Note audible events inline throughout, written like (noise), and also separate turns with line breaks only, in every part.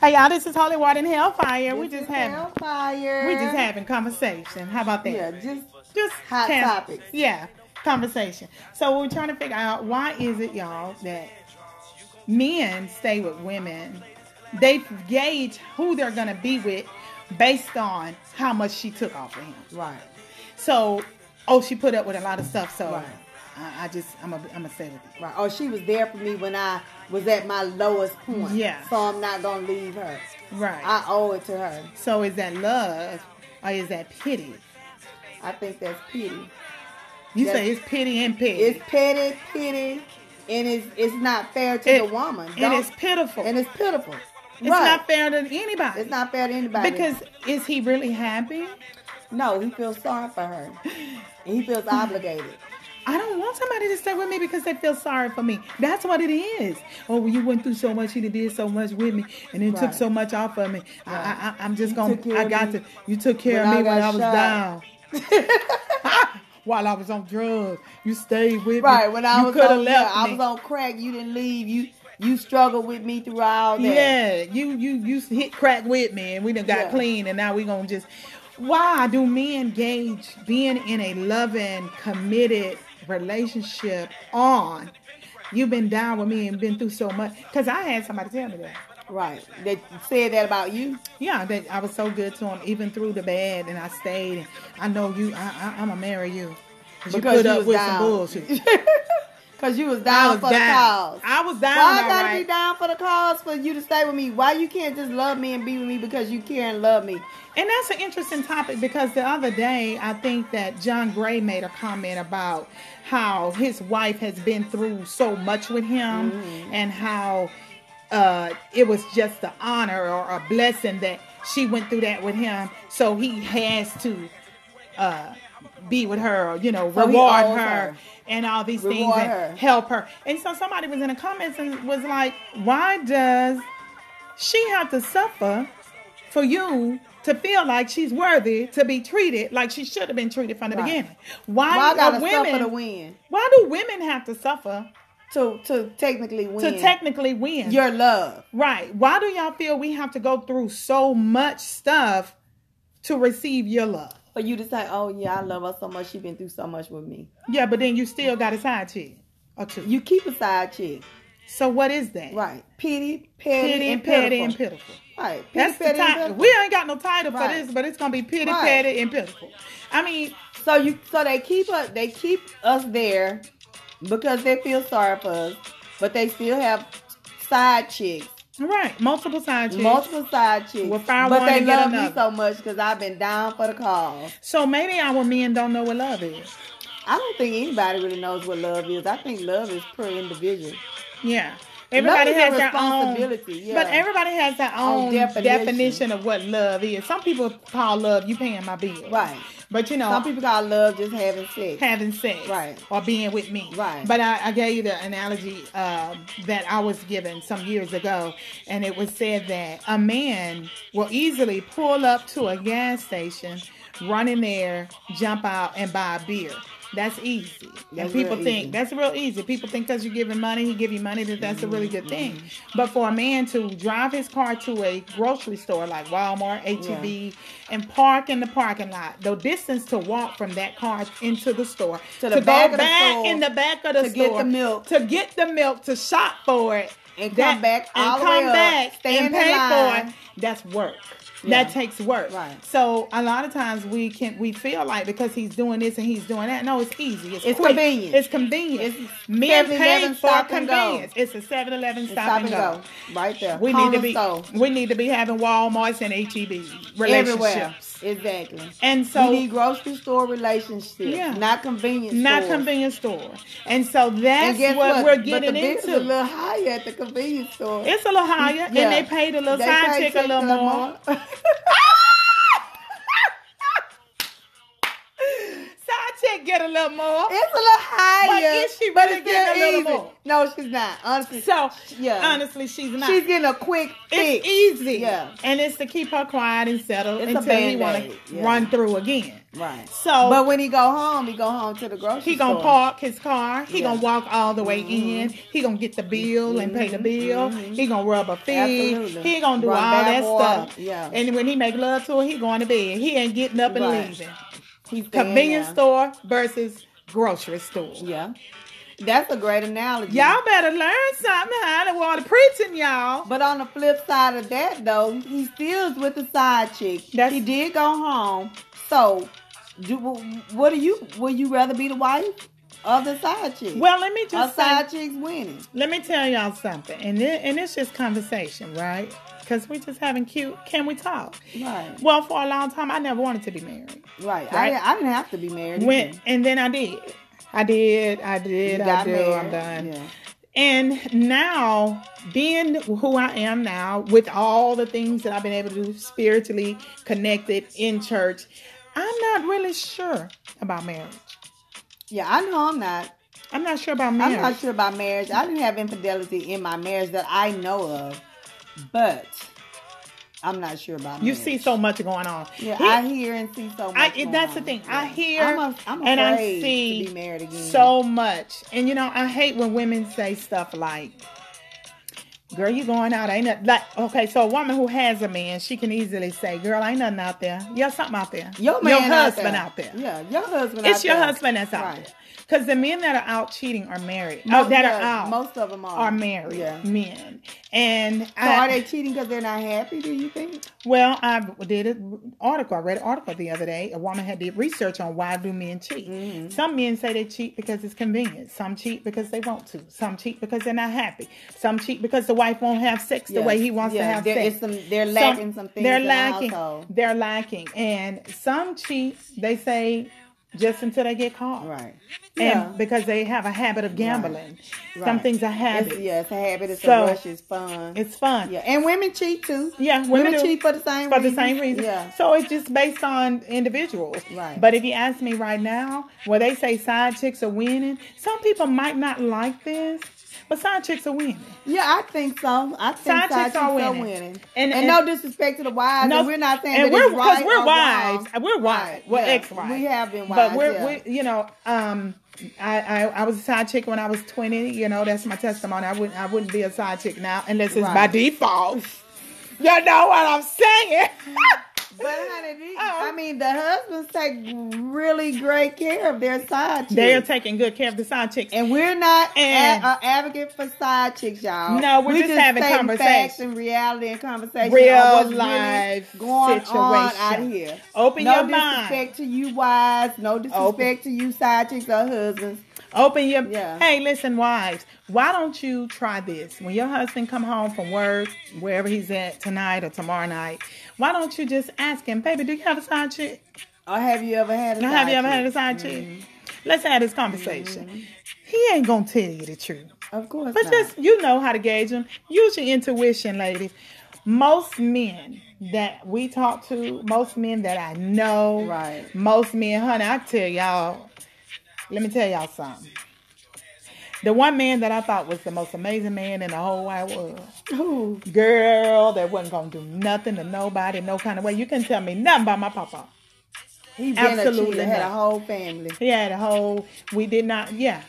Hey y'all, this is Holy Water and Hellfire. We
This
just
is
having
hellfire.
we just having conversation. How about that?
Yeah, just
just
Hot
kind of-
topics.
Yeah, conversation. So we're trying to figure out why is it, y'all, that men stay with women? They gauge who they're gonna be with based on how much she took off of him.
right.
So, oh, she put up with a lot of stuff. So,
Right.
I, I just I'm gonna I'm gonna stay with it.
Right. Oh, she was there for me when I was at my lowest point.
Yeah.
So I'm not gonna leave her.
Right.
I owe it to her.
so is that love or is that pity?
I think that's pity.
You
Yes.
say it's pity and pity.
It's petty, pity, and it's it's not fair to
It-
the woman.
and
Don't-
it's pitiful.
and it's pitiful.
It's
right.
not fair to anybody.
It's not fair to anybody.
Because is he really happy?
no, he feels sorry for her. And he
(laughs)
feels obligated.
I don't want somebody to stay with me because they feel sorry for me. That's what it is. Oh, well, you went through so much. You did so much with me, and it took
Right.
so much off of me. I, I, I'm just
You
gonna.
took care
I
of
got
me
to. You took care of
when
me
I
when
got
I was
shot.
down.
(laughs)
(laughs) While I was on drugs, you stayed with me.
Right. When I
you
was
coulda
on, yeah,
left
I
me.
was on crack. You didn't leave. You you struggled with me through all that.
Yeah, you you you hit crack with me, and we done got
Yeah.
clean, and now we gonna just. Why do men gauge being in a loving, committed relationship on? You've been down with me and been through so much. Cause I had somebody tell me that.
Right. They said that about you.
Yeah, that I was so good to him, even through the bad, and I stayed. And I know you. I, I, I'm gonna marry you. 'Cause you
Because
put
you
up
was
with
down.
some bullshit.
(laughs) Cause you was
I
down
was
for the
down.
cause.
I was down.
Why I
all
gotta
right.
be down for the cause for you to stay with me? Why you can't just love me and be with me because you care and love me?
And that's an interesting topic because the other day I think that John Gray made a comment about how his wife has been through so much with him
Mm.
and how uh, it was just an honor or a blessing that she went through that with him. So he has to uh, be with her, or, you know,
So he
reward
owes
her,
her.
and all these things
Reward
and
her.
help her. And so somebody was in the comments and was like, why does she have to suffer for you to feel like she's worthy to be treated like she should have been treated from the
Right.
beginning. Why,
Why I
are
gotta
women?
suffer to win?
Why do women have to suffer
To to technically win.
to technically win?
your love.
right. Why do y'all feel we have to go through so much stuff to receive your love?
For you to say, Oh yeah, I love her so much, she been through so much with me.
Yeah, but then you still got a side chick or two.
You keep a side chick.
so what is that?
Right. Pity,
Pity
petty, and
and petty
pitiful.
and pitiful.
Right. Pity,
That's the
petty, and
title.
pitiful.
We ain't got no title
Right.
for this, but it's gonna be pity,
Right.
petty, and pitiful. I mean,
So you so they keep us they keep us there because they feel sorry for us, but they still have side chicks,
right? Multiple side chicks.
multiple side chicks.
Well, find
but
one
they
and get
love
another.
me so much because I've been down for the cause.
So maybe our men don't know what love is.
I don't think anybody really knows what love is. I think love is per individual.
Yeah. Everybody
Love is a
has their own
responsibility, yeah.
But everybody has their own,
Own
definition.
definition.
of what love is. Some people call love you paying my bill.
Right.
But you know
Some people call love just having sex.
having sex
Right.
or being with me.
Right.
But I, I gave you the analogy uh, that I was given some years ago, and it was said that a man will easily pull up to a gas station, run in there, jump out, and buy a beer. That's easy. and
That's
people
real
think
easy.
that's real easy. People think because you're giving money, he give you money, that that's a really good thing. But for a man to drive his car to a grocery store like Walmart, HEB, and park in the parking lot, the distance to walk from that car into the store
To the back of the store,
in the back of the
to
store
get the milk.
to get the milk to shop for it
And come back all
and
the
come
way up,
back
stand
and
in
pay
line.
for it. That's work.
Yeah.
That takes work.
Right.
So a lot of times we can we feel like because he's doing this and he's doing that. No, it's easy. It's,
It's
quick.
convenient.
It's convenient.
It's
Men
7-Eleven
pay for
stop and go.
convenience. It's a 7-Eleven stop,
And stop and go. Right there.
We
Corner
need to be
store.
we need to be having WalMarts and HEB
everywhere.
relationships.
Exactly.
And so
we need grocery store relationships,
Yeah.
not convenience
not
stores.
convenience store. And so
And
that's
guess
what,
what?
we're
but the
getting
bills
into.
a little higher at the convenience store.
it's a little higher,
Yeah.
and they paid a little
They
side
pay
chick a little more. (laughs) Side chick get a little more.
(laughs) It's a little higher.
But is she
but
really
it's still
getting a little
easy.
more?
No, she's not. Honestly.
So
yeah.
honestly, she's not.
she's getting a quick fix.
it's easy.
Yeah.
And it's to keep her quiet and settled
It's a
until he want
Band-Aid,
to
yeah.
run through again.
Right.
So
but when he go home, he go home to the grocery
He gonna
store.
park his car. He
Yeah. Mm-hmm.
gonna walk all the way in. He gonna get the bill and pay the bill. He gonna rub her feet.
Absolutely.
He gonna do
Run
all
bath
that
water.
stuff.
Yeah.
And when he make love to her, he going to bed. He ain't getting up and
Right.
leaving.
He's staying
Convenience
there.
store versus grocery store.
Yeah. That's a great analogy.
Y'all better learn something, honey. While the preaching, y'all.
But on the flip side of that, though, he still is with the side chick.
That's-
he did go home. So, do what do you? Would you rather be the wife or the side chick?
Well, let me
a
just say
side chick's winning.
Let me tell y'all something, and it, and it's just conversation, right? Because we just having cute. Can we talk?
Right.
Well, for a long time, I never wanted to be married.
Right. I,
Right.
didn't- I didn't have to be married.
Went
either.
and then I did. I did. I did.
You
I
got
do. I'm
married.
done.
Yeah.
And now, being who I am now, with all the things that I've been able to do spiritually, connected in church, I'm not really sure about marriage.
Yeah, I know I'm not.
I'm not sure about
I'm
marriage.
not sure about marriage. I didn't have infidelity in my marriage that I know of, but I'm not sure about
You
marriage.
see so much going on.
Yeah,
He-
I hear and see so much.
I,
going
it, that's the
on.
thing.
Yeah.
I hear
I'm a, I'm
and I
afraid
see
to be married again.
so much. And you know, I hate when women say stuff like, Girl, you going out. Ain't nothing like okay, so a woman who has a man, she can easily say, Girl, ain't nothing out there. Yeah, something out there.
your man
husband out there.
Yeah, your husband.
It's
out
your
there.
husband that's out
Right.
there. Because the men that are out cheating are married.
Most-
oh, that are
yeah,
out
Most of them are
are married
Yeah. So
men. And
are they cheating because they're not happy? Do you think?
Well, I did an article. I read an article the other day. A woman had did research on why do men cheat.
Mm.
Some men say they cheat because it's convenient. Some cheat because they want to. Some cheat because they're not happy. Some cheat because the wife won't have sex the
Yes,
way he wants
yes.
to have
There
sex.
is some- they're lacking some things
They're
in the
lacking.
household.
they're lacking, and some cheat. They say just until they get caught,
Right.
And
Yeah.
because they have a habit of gambling, some
Right.
things are habit.
It's, yeah, it's a habit. It's
So,
a rush. It's fun.
It's fun.
yeah, and women cheat too.
Yeah,
women,
women do.
cheat for the same
for the
reason.
same reason.
(laughs) Yeah,
So it's just based on individuals.
Right.
But if you ask me right now, where they say side chicks are winning, some people might not like this, but side chicks are winning.
yeah, I think so. I think
Side
side,
chicks are winning. And-
And,
and-
no disrespect to the wives.
No,
and we're not saying
and
that
we're
it's right
we're
or
wise.
wrong.
We're wise.
Right,
We're
yeah.
ex-wise.
We have been wise.
But we're,
yeah.
we you know, um, I, I I was a side chick when I was twenty. You know, that's my testimony. I wouldn't I wouldn't be a side chick now unless it's by
Right.
default. You know what I'm saying?
But honey,
(laughs)
these-
Oh.
I mean, the husbands take really great care of their side chicks,
They're taking good care of the side chicks.
and we're not
And-
a, a advocate for side chicks, y'all.
No, we're
We
just having
stating facts
conversation.
and reality and conversation,
Real
of what's really
life
going on
situation.
out here.
Open
no
your
disrespect
mind.
to you wives. No disrespect
Open.
to you side chicks or husbands.
Open your
Yeah.
hey, listen, wives. Why don't you try this when your husband come home from work, wherever he's at tonight or tomorrow night? Why don't you just ask him, baby? Do you have a side chick?
Or have you ever had a
Now,
side
have you ever
chick?
had a side chick? Mm-hmm. Let's have this conversation. He ain't gonna tell you the truth,
Of course,
but
not.
just you know how to gauge him. Use your intuition, ladies. Most men that we talk to, most men that I know,
Right.
Most men, honey, I tell y'all. Let me tell y'all something. The one man that I thought was the most amazing man in the whole wide world.
Ooh,
Girl, that wasn't gonna do nothing to nobody, no kind of way. You can tell me nothing about my papa.
he been
Absolutely
a cheater, had
not.
a whole family.
He had a whole we did not yeah.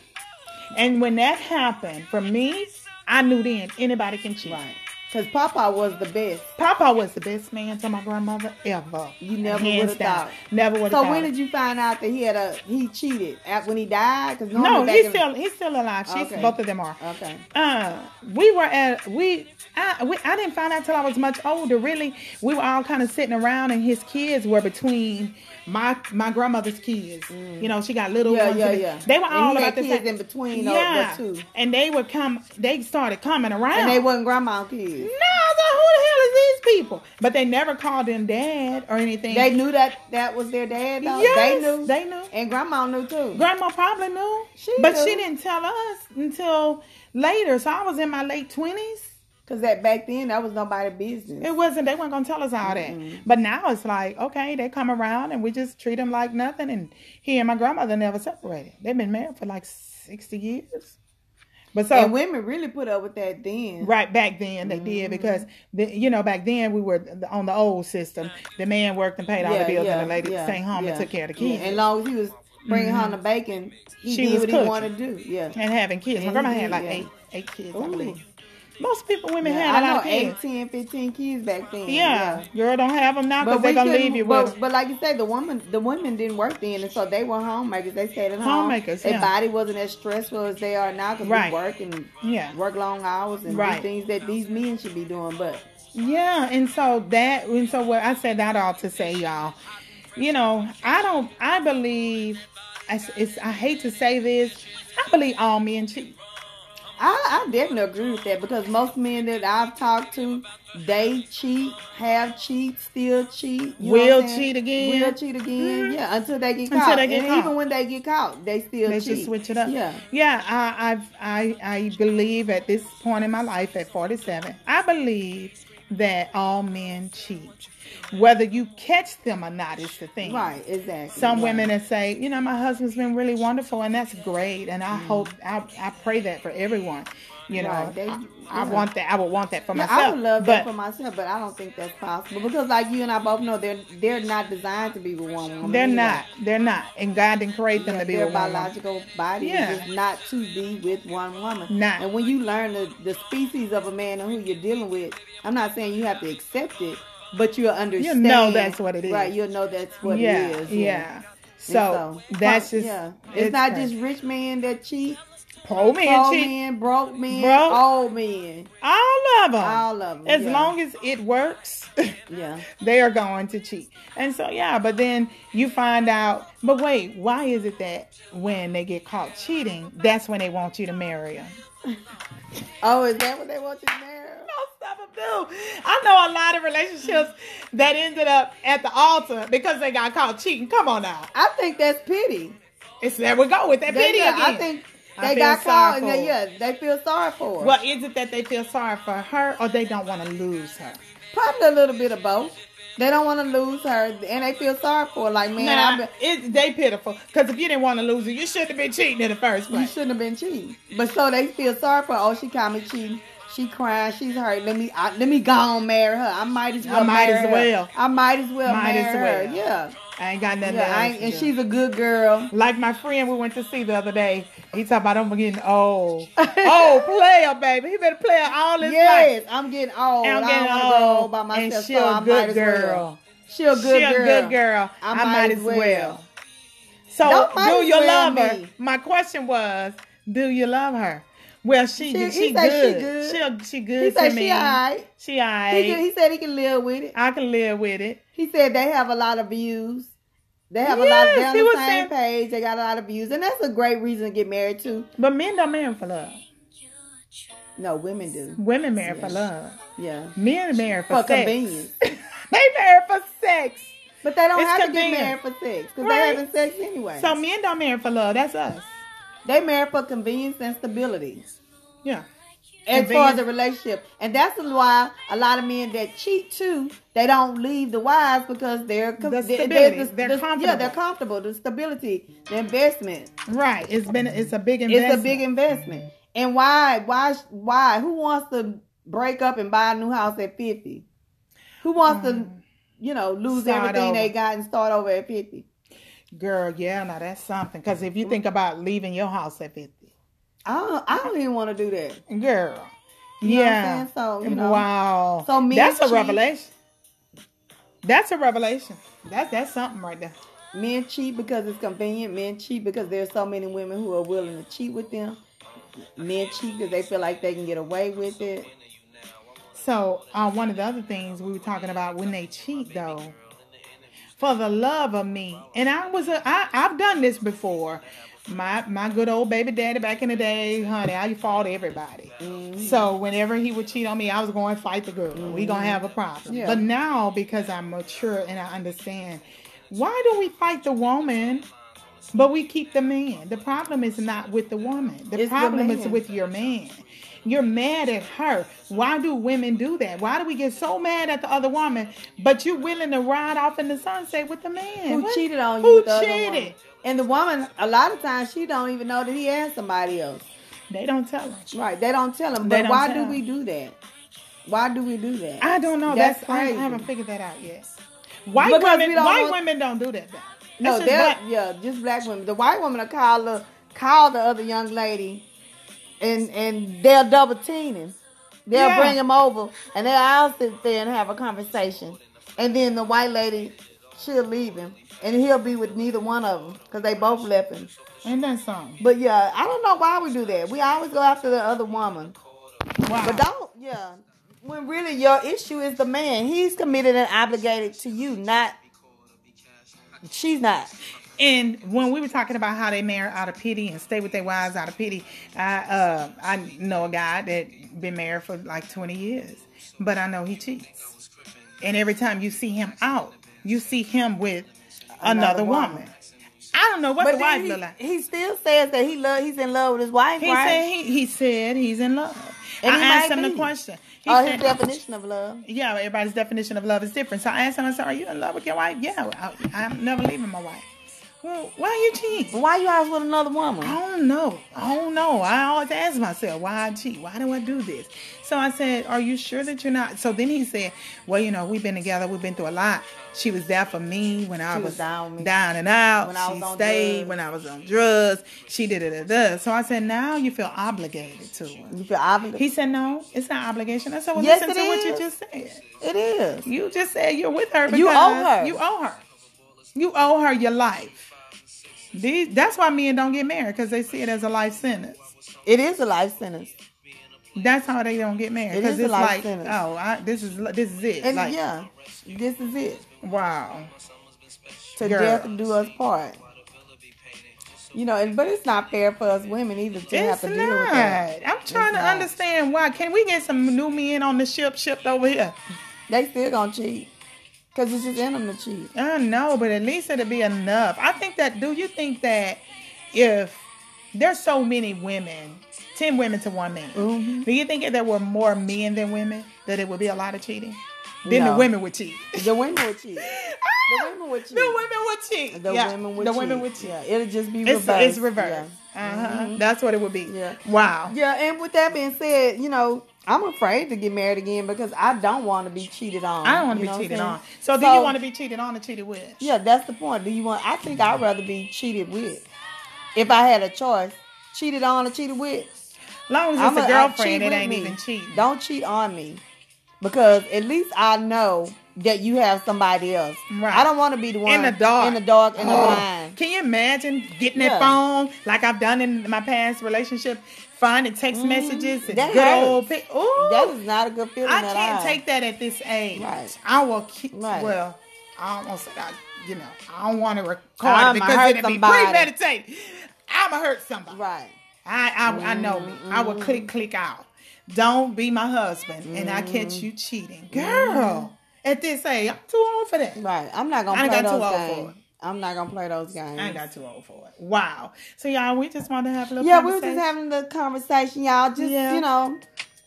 And when that happened, for me, I knew then anybody can cheat.
Right. Because Papa was the best.
Papa was the best man to my grandmother ever.
You never
Hands
would've
down.
thought.
Never would have
So
thought.
when did you find out that he had a he cheated at when he died? Because
no, he's still he's still alive. She's
Okay.
both of them are.
okay.
uh we were at we I, we I didn't find out till I was much older. Really, we were all kind of sitting around, and his kids were between my my grandmother's kids. You know, she got little
Mm. Yeah,
ones.
yeah,
and-
yeah.
They were
And
all
he
about
had
the
kids
same.
in between those-
yeah,
the two.
and they would come. They started coming around.
And they wasn't grandma kids.
no, I was like, who the hell is these people? But they never called him dad or anything.
They knew that that was their dad. Though.
Yes,
they knew.
they knew.
And grandma knew too.
Grandma probably knew,
She
but
knew.
she didn't tell us until later. So I was in my late twenties.
Cause that back then that was nobody business.
It wasn't. They weren't gonna tell us all that. But now it's like, okay, they come around and we just treat them like nothing. And he and my grandmother never separated. They've been married for like sixty years. But so
and Mm-hmm. women really put up with that then.
right back then they did because the, you know back then we were on the old system. The man worked and paid all the bills, and the lady
yeah,
stayed home
yeah.
and took care of the kids. Mm-hmm.
Yeah, and long as he was bringing home the bacon, he
She
did
was
what he
cooking.
wanted to do. Yeah.
and having kids. My grandma had like
Yeah.
eight eight kids, I
Ooh.
believe. Most people, women
Yeah,
had a
I
lot
know
of
eight,
kids.
10, 15 kids back then.
Yeah. girl, don't have them now
But
because they're
we
gonna
couldn't-
leave you
but,
with.
but like you say, the woman, the women didn't work then, and so they were homemakers. They stayed at home.
Homemakers,
Their
yeah.
body wasn't as stressful as they are now because
Right.
we work and
Yeah,
work long hours and
Right.
do things that these men should be doing. But
yeah, and so that, and so what I said that all to say, y'all. You know, I don't. I believe. I, s- it's, I hate to say this. I believe all men cheat.
I, I definitely agree with that because most men that I've talked to, they cheat, have cheat, still cheat, you know what
Will
I'm saying?
cheat again.
will cheat again,
Mhm.
yeah, until they get
Until
caught.
they get
and
caught.
even when they get caught, they still
They
cheat.
just switch it up.
yeah.
yeah. I, I've, I, I believe at this point in my life, at forty-seven, I believe that all men cheat. Whether you catch them or not is the thing.
Right, exactly.
some
right.
women that say, you know, my husband's been really wonderful, and that's great, and I hope I, I pray that for everyone. You know,
Mm. Right, they-
I, I
yeah.
want that. I would want that for
Yeah,
myself.
I would love
but
that for myself, but I don't think that's possible because, like you and I both know, they're they're not designed to be with one woman.
they're
anyway.
not. They're not. And God didn't create them
Yeah,
to be
their
a woman.
biological body
Yeah.
is just not to be with one woman.
Not.
And when you learn the, the species of a man and who you're dealing with, I'm not saying you have to accept it, but you'll understand.
that's what it is.
Right, you'll know that's what
yeah,
it is.
yeah.
And
So, that's
pro-
just.
yeah. It's, not just
crazy.
rich men that cheat,
poor men
poor
cheat.
men, broke men,
Broke.
old men,
All of them.
all of them.
as
yeah.
long as it works. (laughs)
yeah,
they are going to cheat. And so yeah, but then you find out, but wait, why is it that when they get caught cheating, that's when they want you to marry them?
Oh, is that what they want you to marry?
Most of them do. I know a lot of relationships that ended up at the altar because they got caught cheating. Come on now.
I think that's pity.
It's there we go with that
They-
pity
yeah,
again.
I think
I
they
feel
got
sorry
caught and
for
they, yeah,
her.
they feel sorry for her.
well, is it that they feel sorry for her or they don't want to lose her?
Probably a little bit of both. They don't want to lose her and they feel sorry for her. Like, man,
nah,
I been,
it's they pitiful. Because if you didn't want to lose her, you shouldn't have been cheating in the first
you
place.
shouldn't have been cheating. But so they feel sorry for her. Oh, she caught me cheating. She crying. She's hurt. Let me I, let me go on marry her. I might as
I
well.
might as
marry her.
well.
I might as well
Might as
marry
well.
her. Yeah.
I ain't got nothing
yeah
else
I ain't-
to
and
do.
she's a good girl.
Like my friend we went to see the other day, he talked about I'm getting
(laughs)
old. oh, player, baby. He been a player all his life.
Yes, I'm getting old.
And I'm
I
getting
don't wanna grow
old,
old by
and
myself.
she a
so I
good
might as
girl.
Well. She a good
she
girl.
a good girl.
I might as well.
So
Don't might
do
as
you
well
love her?
me.
My question was, do you love her? Well, she
She-
she,
he say she
good.
good.
She she good
He
to
said
me.
she alright.
She alright.
He, can- he said he can live with it.
I can live with it.
He said they have a lot of views. They have a lot. Of, they're
Yes,
on
he
the
was
same
saying-
page. They got a lot of views, and that's a great reason to get married to.
But men don't marry for love.
No, women do.
Women marry for
Yeah.
love.
Yeah,
Men marry for, sex.
for convenience.
(laughs) they marry for sex.
But they don't
It's
have
convenient.
to get married for sex because
Right.
they're having sex anyway.
So men don't marry for love. That's us.
they marry for convenience and stability.
Yeah.
as far as
Convenience.
a relationship. And that's why a lot of men that cheat too, they don't leave the wives because they're com-
The
they-
stability. They're
Yeah,
comfortable.
they're comfortable. The stability, the investment.
Right. It's been it's a big investment.
It's a big investment. And why? Why? Why? Who wants to break up and buy a new house at fifty? Who wants to, you know, lose
Start
everything
over.
they got and start Mm. over at fifty?
girl. Yeah, now that's something. Because if you think about leaving your house at fifty,
I don't. I don't even want to do that.
girl.
You know what I'm
yeah.
saying? So, you know.
wow.
So men
that's a
cheat.
revelation. That's a revelation. That's that's something right there.
Men cheat because it's convenient. Men cheat because there's so many women who are willing to cheat with them. Men cheat because they feel like they can get away with it.
So uh, one of the other things we were talking about when they cheat though, for the love of me, and I was a, I I've done this before. My my good old baby daddy back in the day, honey, I fought everybody. So whenever he would cheat on me, I was going to fight the girl. We gonna have a problem.
Yeah.
But now because I'm mature and I understand, why do we fight the woman? But we keep the man. The problem is not with the woman. The
It's the
problem is
man.
with your man. You're mad at her. Why do women do that? Why do we get so mad at the other woman, but you're willing to ride off in the sunset with the man
who
What?
cheated on you?
Who
with the other woman.
cheated?
And the woman, a lot of times, she don't even know that he has somebody else.
They don't tell us.
Right? They don't tell him.
They
But
don't
why
tell
do we do that? Why do we do that?
I don't know.
That's
That's, I-
crazy.
I, haven't figured that out yet. White
Because we
women,
don't
white
want-
women don't do that. Though.
no,
That's just
they're
black-
yeah, just black women. The white woman will call the call the other young lady, and and they'll double team him. They'll
Yeah.
bring him over, and they'll all sit there and have a conversation. And then the white lady, she'll leave him, and he'll be with neither one of them because they both left him.
Ain't that something?
But yeah, I don't know why we do that. We always go after the other woman.
Wow.
But don't, yeah. When really your issue is the man. He's committed and obligated to you, not she's not.
and when we were talking about how they marry out of pity and stay with their wives out of pity, I uh I know a guy that been married for like twenty years, but I know he cheats. And every time you see him out, you see him with
Another
another,
woman.
woman. I don't know what
But
the wife
then
look like.
he, he still says that he love he's in love with his wife,
He
right?
said he, he said he's in love.
And
I
he
asked
might
him
be.
the question. He
oh, his
said-
definition of love.
yeah, everybody's definition of love is different. So I asked him, I said, Are you in love with your wife? Yeah, I, I'm never leaving my wife. Well, why you cheat?
Why you always with another
I
woman?
don't know. I don't know. I always ask myself, Why I cheat? Why do I do this? So I said, Are you sure that you're not? So then he said, Well, you know, we've been together, we've been through a lot. She was there for me when I
She was
was,
down with me.
down and out.
When I was
she
on
stayed
drugs.
when I was on drugs. She did it. da. So I said, Now you feel obligated to her.
You feel obligated.
He said, No, it's not obligation. I said, Well,
Yes,
listen
it
to what you
is.
just said.
it is.
You just said you're with her. Because
You owe her.
You owe her. You owe her your life. These, that's why men don't get married because they see it as a life sentence.
It is a life sentence.
That's how they don't get married
It
because
is a
it's
life
like,
sentence.
oh, I, this is this is it.
And
like,
yeah, this is it.
wow,
to
Girl.
death do us part. You know, and but it's not fair for us women either to have
it's
to
not.
deal with that.
I'm trying to
not.
understand why. Can we get some new men on the ship shipped over here?
They still gonna cheat because it's just in them to cheat.
I know, but at least it'll be enough. I think that. Do you think that if there's so many women, ten women to one man,
Mm-hmm.
do you think if there were more men than women, that it would be a lot of cheating? Then
No.
the women would cheat.
The women will cheat. The women would cheat.
(laughs) The women would cheat.
The
Yeah,
women would
the
cheat.
women would cheat.
Yeah, it'll just be
It's
reversed.
it's reversed. Uh-huh. That's what it would be.
Yeah.
Wow.
Yeah. yeah, and with that being said, you know, I'm afraid to get married again because I don't want to be cheated on.
I don't want to
You know what
be
I'm
cheated
saying?
on. So, do you want to be cheated on or cheated with?
Yeah, that's the point. Do you want? I think I'd rather be cheated with. If I had a choice, cheated on or cheated with.
As long as
I'm
it's a,
a- I cheat
girlfriend,
with
it ain't
me.
even cheating.
Don't cheat on me, because at least I know that you have somebody else.
Right.
I don't want to be the one
in the dark.
in the dark, in the
Oh,
blind.
Can you imagine getting
Yeah.
that phone like I've done in my past relationship, finding text messages and
Mm-hmm. That
good
hurts.
old pic- Ooh,
That is not a good feeling.
I
at
can't
all.
take that at this age.
Right.
I will keep.
Right.
Well, I don't want to. You know, I don't want to record
I'ma
it because
hurt
it'd be
somebody.
premeditated. I'ma hurt somebody.
Right. Mm-hmm.
I I, I know me. I will click click out. Don't be my husband, and I catch
Mm-hmm.
you cheating, girl. At this age, I'm too old for that.
Right. I'm not gonna
I ain't
play
got too
those
old for
games. I'm not gonna play those games.
I ain't got too old for it. Wow. So y'all, we just wanted to have a little.
yeah, we were just
conversation.
having the conversation, y'all. Just
Yeah.
you know,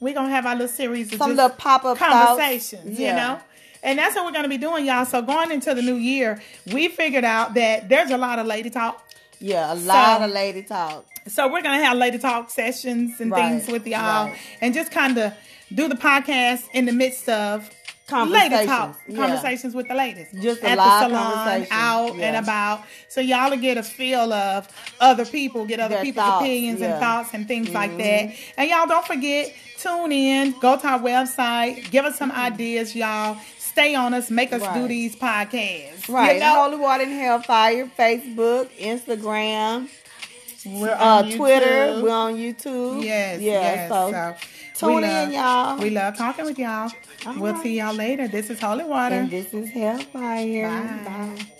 We gonna have our little series of
some
just
little pop up
conversations, you know. And that's what we're gonna be doing, y'all. So going into the new year, we figured out that there's a lot of lady talk.
Yeah, a lot
So-
of lady talk.
So we're gonna have lady talk sessions and
Right,
things with y'all,
right.
and just kind of do the podcast in the midst of lady talk
Conversations, yeah.
conversations with the ladies,
Just a
at
live
the salon,
conversation,
out and
yeah.
about. So y'all will get a feel of other people, get other
Their
people's
thoughts,
opinions
yeah. Mm-hmm.
and thoughts and things like that. And y'all don't forget, tune in, go to our website, give us some ideas, y'all. Stay on us, make us do
Mm-hmm. Right.
these podcasts. You
Right.
know?
Holy Water and Hellfire, Facebook, Instagram,
We're
uh,
on
Twitter.
YouTube.
We're on YouTube.
Yes,
Yeah.
yes.
so,
we
tune in,
love-
y'all.
We love talking with y'all.
All
we'll
right.
see y'all later. This is Holy Water.
and this is Hellfire.
Bye.
Bye.